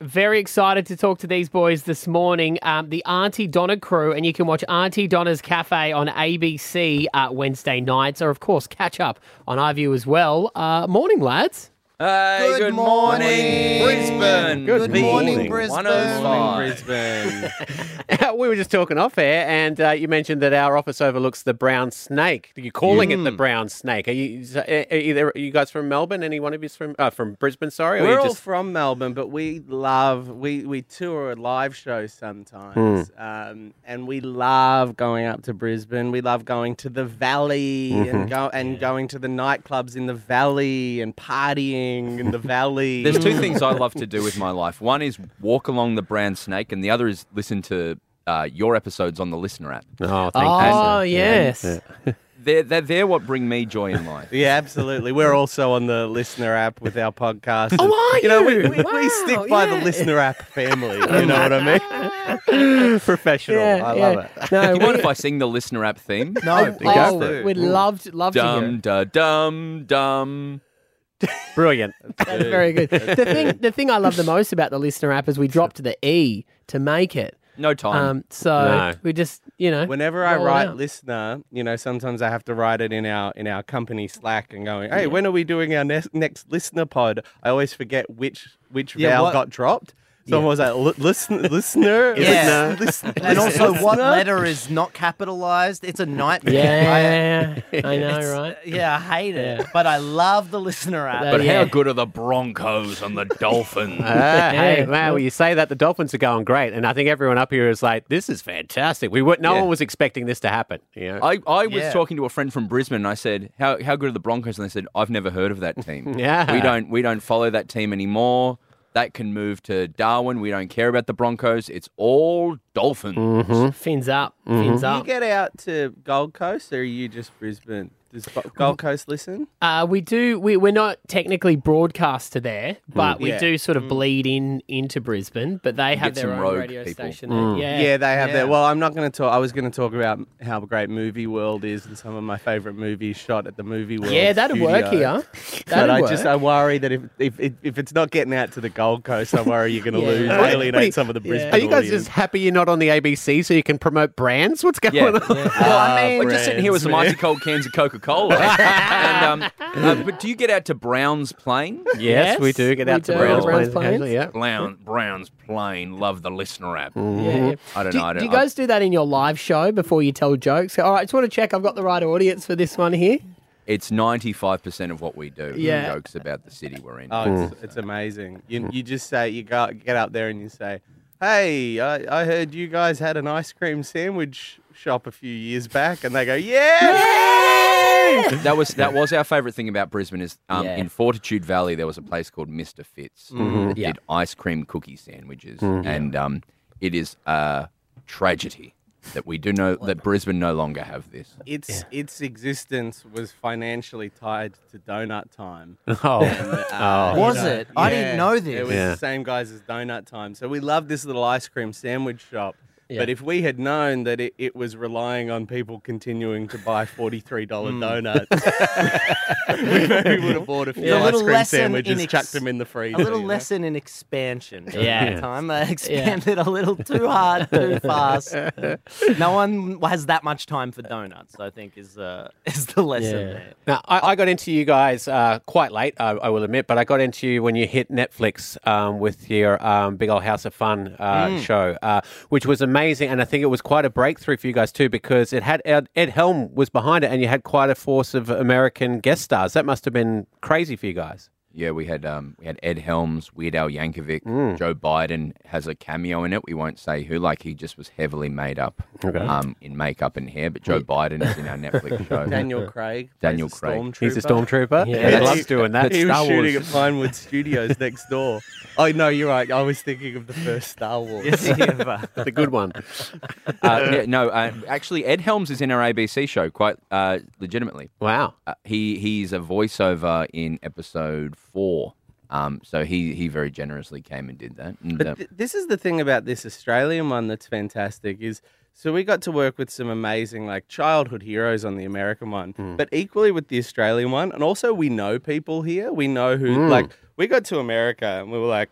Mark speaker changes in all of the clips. Speaker 1: Very excited to talk to these boys this morning, um, the Auntie Donna crew, and you can watch Auntie Donna's Cafe on ABC uh, Wednesday nights, or of course catch up on iView as well. Uh, morning, lads.
Speaker 2: Hey, good, morning, Brisbane.
Speaker 3: Good
Speaker 2: Big
Speaker 3: morning, Brisbane.
Speaker 2: 105.
Speaker 3: we were just talking off air, and uh, you mentioned that our office overlooks the brown snake. You're calling
Speaker 4: Mm.
Speaker 3: it the brown snake. Are you so, uh, are either are you guys from Melbourne? Any one of you from uh, from Brisbane? Sorry,
Speaker 4: We're
Speaker 3: you
Speaker 4: all from Melbourne, but we love we we tour a live show sometimes, um, and we love going up to Brisbane. We love going to the Valley and go and going to the nightclubs in the Valley and partying in the Valley.
Speaker 2: There's two things I love to do with my life. One is walk along the brand snake, and the other is listen to uh, your episodes on the listener app.
Speaker 3: oh, thank
Speaker 1: Oh,
Speaker 3: you.
Speaker 1: yes.
Speaker 2: They're, they're, they're what bring me joy in life.
Speaker 4: Yeah, absolutely. We're also on the listener app with our podcast.
Speaker 1: Oh, are
Speaker 4: know, we,
Speaker 1: you?
Speaker 4: we,
Speaker 1: Wow,
Speaker 4: we stick by
Speaker 1: yeah.
Speaker 4: the listener app family.
Speaker 2: Oh,
Speaker 4: You know what I mean? Professional. I love it.
Speaker 1: No,
Speaker 2: You
Speaker 1: we,
Speaker 2: mind if I sing the listener app theme?
Speaker 1: oh,
Speaker 4: have to.
Speaker 1: we'd love to, love to hear.
Speaker 2: Dum
Speaker 1: it.
Speaker 2: da dum dum.
Speaker 3: brilliant.
Speaker 1: That's very good. The thing, the thing I love the most about the listener app is we dropped the e to make it.
Speaker 2: No time.
Speaker 1: Um, so
Speaker 3: No.
Speaker 1: we just, you know,
Speaker 4: Whenever I
Speaker 2: Oh,
Speaker 1: roll it
Speaker 4: write
Speaker 1: out.
Speaker 4: listener, you know, sometimes I have to write it in our in our company Slack and going, "Hey, when are we doing our next next listener pod?" I always forget which which
Speaker 5: Yeah,
Speaker 4: vowel
Speaker 5: what-
Speaker 4: got dropped. Someone was like, "Li- "Listen, listener,
Speaker 5: Yeah.
Speaker 4: listener, listen,
Speaker 5: And also,
Speaker 4: listener."
Speaker 5: what letter is not capitalized? It's a nightmare.
Speaker 1: yeah, I know,
Speaker 5: It's-
Speaker 1: right?
Speaker 5: Yeah, I hate it. But I love the listener app.
Speaker 1: That-
Speaker 2: but
Speaker 1: yeah. Uh,
Speaker 2: how good are the Broncos and the Dolphins?
Speaker 3: Ah, hey
Speaker 1: Yeah.
Speaker 3: man, well, you say that the Dolphins are going great, and I think everyone up here is like, "This is fantastic." We were, no
Speaker 2: Yeah.
Speaker 3: one was expecting this to happen. You know?
Speaker 2: I, I was
Speaker 5: Yeah.
Speaker 2: talking to a friend from Brisbane and I said, how, how good are the Broncos? And they said, I've never heard of that team.
Speaker 3: Yeah.
Speaker 2: We don't we don't follow that team anymore. That can move to Darwin. We don't care about the Broncos. It's all Dolphins.
Speaker 1: Mm-hmm. Oh, Fins up,
Speaker 3: Mm-hmm.
Speaker 1: fins
Speaker 4: Do you
Speaker 1: up.
Speaker 4: get out to Gold Coast, or are you just Brisbane? Does Bo- Gold Coast listen?
Speaker 1: Uh, we do. We, we're not technically broadcast to there,
Speaker 3: Mm.
Speaker 1: but we
Speaker 4: Yeah. Mm.
Speaker 1: do sort of bleed in into Brisbane. But they have
Speaker 2: get
Speaker 1: their
Speaker 2: some
Speaker 1: own
Speaker 2: rogue
Speaker 1: radio
Speaker 2: people.
Speaker 1: station.
Speaker 3: Mm.
Speaker 1: eh? there. Yeah.
Speaker 4: Yeah, they have
Speaker 5: Yeah.
Speaker 4: that. Well, I'm not going to talk. I was going to talk about how great Movie World is and some of my favorite movies shot at the Movie World.
Speaker 1: Yeah, that'd work
Speaker 4: studio.
Speaker 1: here.
Speaker 4: But
Speaker 1: That'd
Speaker 4: I
Speaker 1: work.
Speaker 4: just I worry that if if, if if it's not getting out to the Gold Coast, I worry you're going to
Speaker 1: Yeah.
Speaker 4: lose
Speaker 1: What-
Speaker 3: what do you-
Speaker 4: alienate some of the
Speaker 1: yeah.
Speaker 4: Brisbane.
Speaker 3: are you guys
Speaker 4: audience.
Speaker 3: just happy you're not on the ABC so you can promote brands? What's going
Speaker 2: Yeah. Ah,
Speaker 3: on?
Speaker 5: Well, I mean,
Speaker 2: We're just sitting here with some icy cold cans of Coca Cola. and, um, uh, but do you get out to Brown's Plane?
Speaker 1: Yes,
Speaker 3: Yes, we do. Get
Speaker 1: we
Speaker 3: out to
Speaker 1: do.
Speaker 2: Browns
Speaker 3: Browns, Plains
Speaker 1: Plains.
Speaker 3: occasionally, yeah.
Speaker 2: Brown, Brown's Plane. Love the listener app.
Speaker 1: Yeah, yeah.
Speaker 2: I don't
Speaker 1: do,
Speaker 2: know. I don't,
Speaker 1: do you guys do that in your live show before you tell jokes? All right, I just want to check I've got the right audience for this one here.
Speaker 2: it's 95% of what we do.
Speaker 1: Yeah.
Speaker 2: Jokes about the city we're in.
Speaker 4: Oh, it's, it's amazing. You you just say you go get up there and you say, "Hey, I, I heard you guys had an ice cream sandwich shop a few years back," and they go, "Yeah."
Speaker 2: That was that was our favourite thing about Brisbane is um,
Speaker 1: Yeah.
Speaker 2: in Fortitude Valley there was a place called Mister Fitz that
Speaker 1: Yeah.
Speaker 2: did ice cream cookie sandwiches, and um, it is a tragedy that we do know that Brisbane no longer have this.
Speaker 4: Its its existence was financially tied to donut time.
Speaker 3: Oh,
Speaker 4: Uh,
Speaker 5: Was
Speaker 4: you know,
Speaker 5: it? I didn't know
Speaker 4: It
Speaker 5: this.
Speaker 4: was
Speaker 3: Yeah.
Speaker 4: the same guys as Donut Time. So we love this little ice cream sandwich shop.
Speaker 1: Yeah.
Speaker 4: But if we had known that it, it was relying on people continuing to buy $43 donuts, we maybe would have bought a few
Speaker 5: Yeah. A
Speaker 4: ice
Speaker 5: little
Speaker 4: cream
Speaker 5: lesson in
Speaker 4: sandwiches,
Speaker 5: ex-
Speaker 4: chucked them in the freezer.
Speaker 5: a little
Speaker 4: you know?
Speaker 5: lesson in expansion. during
Speaker 1: Yeah.
Speaker 5: that time I expanded a little too hard, too fast. No one has that much time for donuts. I think is uh, is the lesson
Speaker 1: Yeah.
Speaker 5: there.
Speaker 3: now I, I got into you guys uh, quite late, I, I will admit, but I got into you when you hit Netflix um, with your um, Big Old House of Fun uh, show, uh, which was amazing, and I think it was quite a breakthrough for you guys too because it had Ed, Ed Helm was behind it, and you had quite a force of American guest stars. That must have been crazy for you guys.
Speaker 2: Yeah, we had um, we had Ed Helms, Weird Al Yankovic,
Speaker 4: Mm.
Speaker 2: Joe Biden has a cameo in it. We won't say who. Like he just was heavily made up um, in makeup and hair. But Joe Biden is in our Netflix show.
Speaker 4: Daniel Craig. plays
Speaker 2: Daniel
Speaker 4: a
Speaker 2: Craig.
Speaker 4: Stormtrooper.
Speaker 3: He's a stormtrooper.
Speaker 1: Yeah.
Speaker 3: he loves doing that.
Speaker 4: He
Speaker 3: Star
Speaker 4: was shooting
Speaker 3: Wars.
Speaker 4: at Pinewood Studios next door. Oh, no, you're right. I was thinking of the first Star Wars.
Speaker 3: the good one.
Speaker 2: Uh, yeah, no, uh, actually, Ed Helms is in our ABC show quite uh, legitimately.
Speaker 3: Wow.
Speaker 2: Uh, he he's a voiceover in episode four. Um, so he he very generously came and did that. And, uh,
Speaker 4: But th- this is the thing about this Australian one that's fantastic is so we got to work with some amazing like childhood heroes on the American one, but equally with the Australian one, and Hmm. also we know people here. We know who like we got to America and we were like,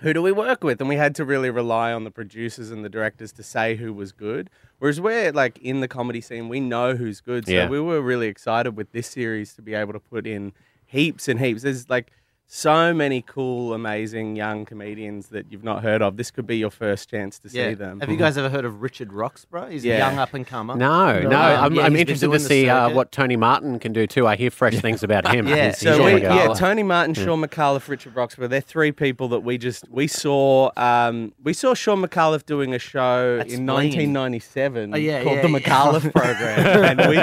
Speaker 4: who do we work with? And we had to really rely on the producers and the directors to say who was good. Whereas we're like in the comedy scene, we know who's good. So
Speaker 3: Yeah.
Speaker 4: we were really excited with this series to be able to put in heaps and heaps. There's like so many cool, amazing young comedians that you've not heard of. This could be your first chance to see them.
Speaker 5: Have you guys ever heard of Richard Roxburgh? He's a
Speaker 4: Yeah.
Speaker 5: young up and comer.
Speaker 3: No, no. I'm,
Speaker 5: Um, yeah, he's
Speaker 3: I'm
Speaker 5: been
Speaker 3: interested to
Speaker 5: doing the
Speaker 3: see uh,
Speaker 5: circuit.
Speaker 3: what Tony Martin can do too. I hear fresh things about him.
Speaker 5: Yeah.
Speaker 3: He's- he's
Speaker 4: So
Speaker 3: on
Speaker 4: we,
Speaker 3: the go.
Speaker 4: yeah, Tony Martin, Sean McAuliffe, Richard Roxburgh. They're three people that we just we saw. Um, we saw Sean McAuliffe doing a show
Speaker 5: That's
Speaker 4: in
Speaker 5: Blaine.
Speaker 4: 1997
Speaker 5: Oh, yeah,
Speaker 4: called
Speaker 5: yeah,
Speaker 4: the
Speaker 5: yeah.
Speaker 4: McAuliffe Program, and we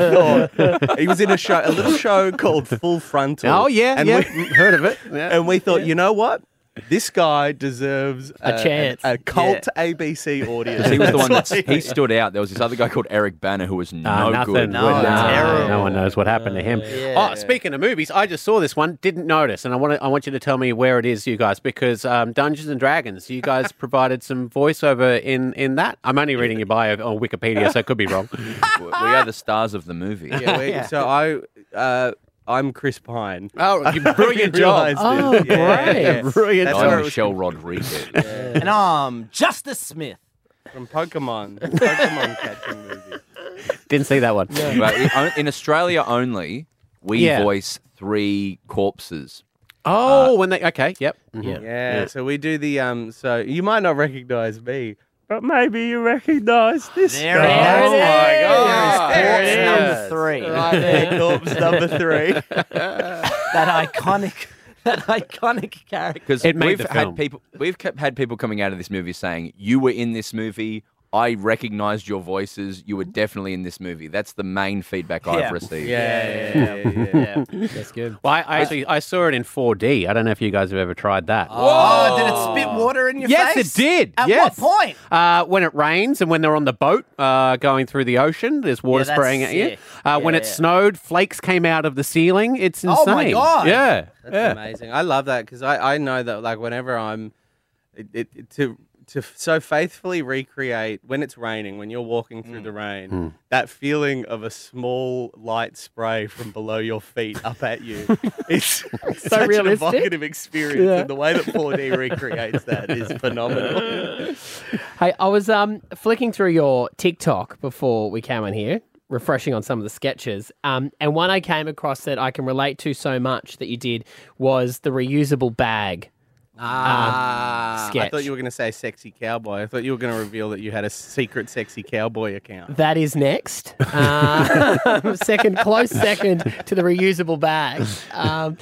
Speaker 4: thought he was in a show, a little show called Full Frontal.
Speaker 3: Oh yeah,
Speaker 4: and
Speaker 3: yeah.
Speaker 4: We,
Speaker 3: heard of it. Yeah.
Speaker 4: and we thought, you know what? This guy deserves
Speaker 1: A chance.
Speaker 4: a, cult ABC audience.
Speaker 2: He was the one that
Speaker 4: That's why-
Speaker 2: he stood out. There was this other guy called Eric Banner who was no
Speaker 3: Uh, nothing.
Speaker 2: good.
Speaker 3: No,
Speaker 5: No,
Speaker 3: no,
Speaker 5: terrible. Uh,
Speaker 3: one knows what happened to him.
Speaker 5: Yeah.
Speaker 3: Oh, speaking of movies, I just saw this one, didn't notice, and I want to, I want you to tell me where it is, you guys, because um, Dungeons and Dragons, you guys provided some voiceover in in that. I'm only reading your bio on Wikipedia, so it could be wrong.
Speaker 2: We are the stars of the movie.
Speaker 4: Yeah, we, So I, uh, I'm Chris Pine.
Speaker 3: oh, you- brilliant
Speaker 4: Realised
Speaker 3: job!
Speaker 4: this.
Speaker 1: Oh, great.
Speaker 3: Brilliant
Speaker 4: That's
Speaker 2: I'm
Speaker 4: where it was
Speaker 2: Michelle Rodriguez.
Speaker 5: And um, Justice Smith.
Speaker 4: From Pokemon. Pokemon catching movie.
Speaker 3: Didn't see that one.
Speaker 2: But i- in Australia only, we
Speaker 3: Yeah.
Speaker 2: voice three corpses.
Speaker 3: Oh, when they okay, yep,
Speaker 5: Mm-hmm.
Speaker 4: Yeah. So we do the um so you might not recognize me, but maybe you recognize this.
Speaker 5: There
Speaker 4: guy.
Speaker 5: it is.
Speaker 4: Oh my god.
Speaker 5: There
Speaker 1: it
Speaker 5: is. Corpse
Speaker 1: is.
Speaker 5: number three.
Speaker 1: Right there.
Speaker 4: Corpse number three.
Speaker 5: That iconic, that iconic character.
Speaker 2: Because
Speaker 3: It made
Speaker 2: we've
Speaker 3: the
Speaker 2: had
Speaker 3: film.
Speaker 2: people, we've kept, had people coming out of this movie saying, "You were in this movie. I recognized your voices. You were definitely in this movie." That's the main feedback
Speaker 5: Yeah.
Speaker 2: I've received.
Speaker 4: Yeah, yeah, yeah, yeah, yeah.
Speaker 1: That's good.
Speaker 3: Well, I, I actually I saw it in 4D. I don't know if you guys have ever tried that.
Speaker 5: Oh, did it spit water in your
Speaker 3: Yes,
Speaker 5: face?
Speaker 3: it did.
Speaker 5: At
Speaker 3: Yes.
Speaker 5: what point?
Speaker 3: Uh, when it rains and when they're on the boat uh, going through the ocean, there's water
Speaker 5: Yeah, that's
Speaker 3: spraying at you.
Speaker 5: sick.
Speaker 3: Uh, When
Speaker 5: Yeah,
Speaker 3: it
Speaker 5: yeah.
Speaker 3: snowed, flakes came out of the ceiling. It's insane.
Speaker 5: Oh, my God.
Speaker 3: Yeah.
Speaker 4: That's
Speaker 3: yeah.
Speaker 4: amazing. I love that because I, I know that like whenever I'm, it, it, it- to to so faithfully recreate when it's raining when you're walking through the rain that feeling of a small light spray from below your feet up at you it's such an
Speaker 1: realistic.
Speaker 4: evocative experience and the way that 4d recreates that is phenomenal
Speaker 1: Hey, I was um flicking through your TikTok before we came on here, refreshing on some of the sketches. Um, and one I came across that I can relate to so much that you did was the reusable bag.
Speaker 4: ah i
Speaker 1: sketch.
Speaker 4: thought you were going to say sexy cowboy i thought you were going to reveal that you had a secret sexy cowboy account
Speaker 1: That is next. Um, second, close second to the reusable bag. Um,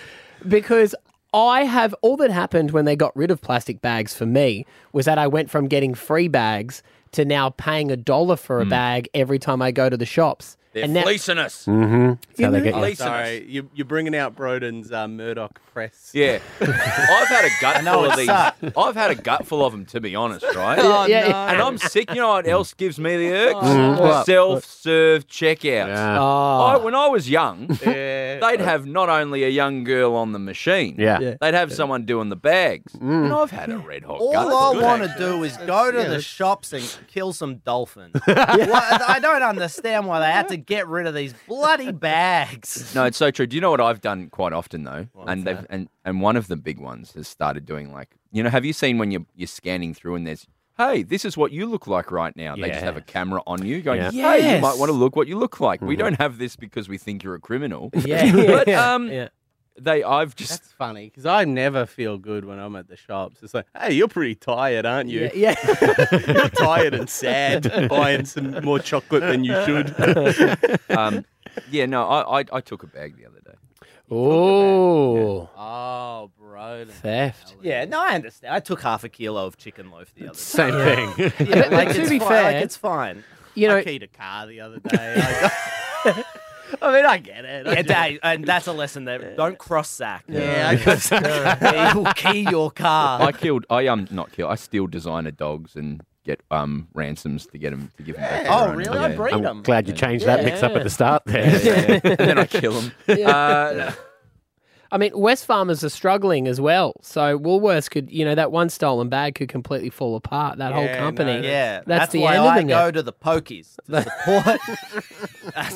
Speaker 1: because I have all that happened when they got rid of plastic bags for me was that I went from getting free bags to now paying a dollar for a bag every time I go to the shops.
Speaker 2: They're
Speaker 1: and now,
Speaker 2: fleecing us.
Speaker 3: That's how they
Speaker 1: know-
Speaker 3: get you.
Speaker 2: Fleecing us.
Speaker 4: Sorry, you, you're bringing out Broden's uh, Murdoch press.
Speaker 2: Yeah, I've had a gut
Speaker 5: know
Speaker 2: full of
Speaker 5: it
Speaker 2: these.
Speaker 5: sucks.
Speaker 2: I've had a gut full of them, to be honest, right?
Speaker 1: yeah,
Speaker 5: no.
Speaker 1: yeah.
Speaker 2: And I'm sick. You know what else gives me the irks?
Speaker 3: What?
Speaker 2: Self-serve checkouts.
Speaker 3: Yeah.
Speaker 1: Oh.
Speaker 2: I, when I was young,
Speaker 4: Yeah.
Speaker 2: they'd have not only a young girl on the machine,
Speaker 3: Yeah.
Speaker 1: Yeah.
Speaker 2: they'd have someone doing the bags. And I've had a red hot
Speaker 5: All
Speaker 2: gut.
Speaker 5: I
Speaker 2: Good.
Speaker 5: want to do is go to the
Speaker 4: that's-
Speaker 5: shops and kill some dolphins. Why- I don't understand why they had to get rid of these bloody bags.
Speaker 2: No, it's so true. Do you know what I've done quite often though? and they've and, and one of the big ones has started doing like you know, have you seen when you're you're scanning through and there's Hey, this is what you look like right now. They just have a camera on you going,
Speaker 3: Yeah.
Speaker 2: Hey, you might
Speaker 1: Yes.
Speaker 2: want to look what you look like. We don't have this because we think you're a criminal.
Speaker 1: Yeah,
Speaker 2: but
Speaker 1: yeah,
Speaker 2: um
Speaker 1: yeah.
Speaker 2: they I've just
Speaker 4: That's funny because I never feel good when I'm at the shops. It's like, hey, you're pretty tired, aren't you?
Speaker 1: Yeah.
Speaker 4: you're tired and sad, buying some more chocolate than you should.
Speaker 2: um yeah, no, I, I I took a bag the other day.
Speaker 1: Ooh.
Speaker 4: oh, Broden.
Speaker 1: Theft.
Speaker 5: Yeah, no, I understand. I took half a kilo of chicken loaf the other day.
Speaker 3: Same thing.
Speaker 1: But-
Speaker 5: Yeah,
Speaker 1: but
Speaker 5: like,
Speaker 1: to
Speaker 5: it's
Speaker 1: be
Speaker 5: fine,
Speaker 1: fair,
Speaker 5: like, it's fine.
Speaker 1: You know,
Speaker 4: I keyed a car the other day. I, I mean, I get it. I
Speaker 5: Yeah,
Speaker 4: just-
Speaker 5: Dave, and that's a lesson there. Don't cross sack.
Speaker 4: Yeah, I just-
Speaker 5: he will key your car.
Speaker 2: I killed. I um not kill. I steal designer dogs and get um ransoms to get them to give them back. to
Speaker 5: Oh,
Speaker 2: their owner.
Speaker 5: really? I
Speaker 2: Yeah.
Speaker 5: breed
Speaker 3: I'm
Speaker 5: them.
Speaker 3: glad you changed that mix up at the start there.
Speaker 2: Yeah, yeah. and then I kill them. Uh,
Speaker 1: I mean, West Farmers are struggling as well. So Woolworths could, you know, that one stolen bag could completely fall apart. That whole
Speaker 4: Yeah, no,
Speaker 1: company.
Speaker 5: Yeah, that's,
Speaker 1: That's the
Speaker 5: why
Speaker 1: end of
Speaker 5: I
Speaker 1: the
Speaker 5: go
Speaker 1: net.
Speaker 5: to the pokies to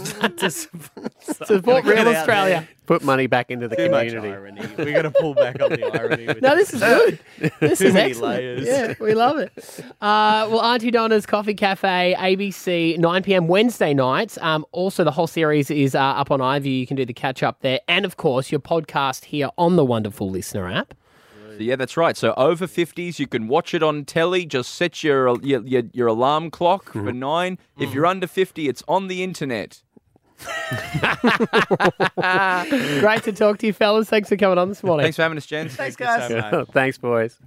Speaker 5: support. to support
Speaker 1: Support
Speaker 4: Get
Speaker 1: Real
Speaker 4: out
Speaker 1: Australia. Put money back into the
Speaker 4: Too much
Speaker 1: community.
Speaker 4: irony. We're going to pull back on the irony. With
Speaker 1: No, this is good. This
Speaker 4: Too
Speaker 1: is
Speaker 4: many
Speaker 1: excellent.
Speaker 4: layers.
Speaker 1: Yeah, we love it. Uh, well, Auntie Donna's Coffee Cafe, ABC, 9 p.m. Wednesday nights. Um, also, the whole series is uh, up on iView. You can do the catch up there. And, of course, your podcast here on the Wonderful Listener app.
Speaker 2: So, yeah, that's right. So over 50s, you can watch it on telly. Just set your your, your, your alarm clock
Speaker 5: Mm-hmm.
Speaker 2: for nine. If you're under 50, it's on the internet.
Speaker 1: Great to talk to you, fellas. Thanks for coming on this morning.
Speaker 2: Thanks for having us, Jens.
Speaker 5: Thanks, guys.
Speaker 1: Thanks boys.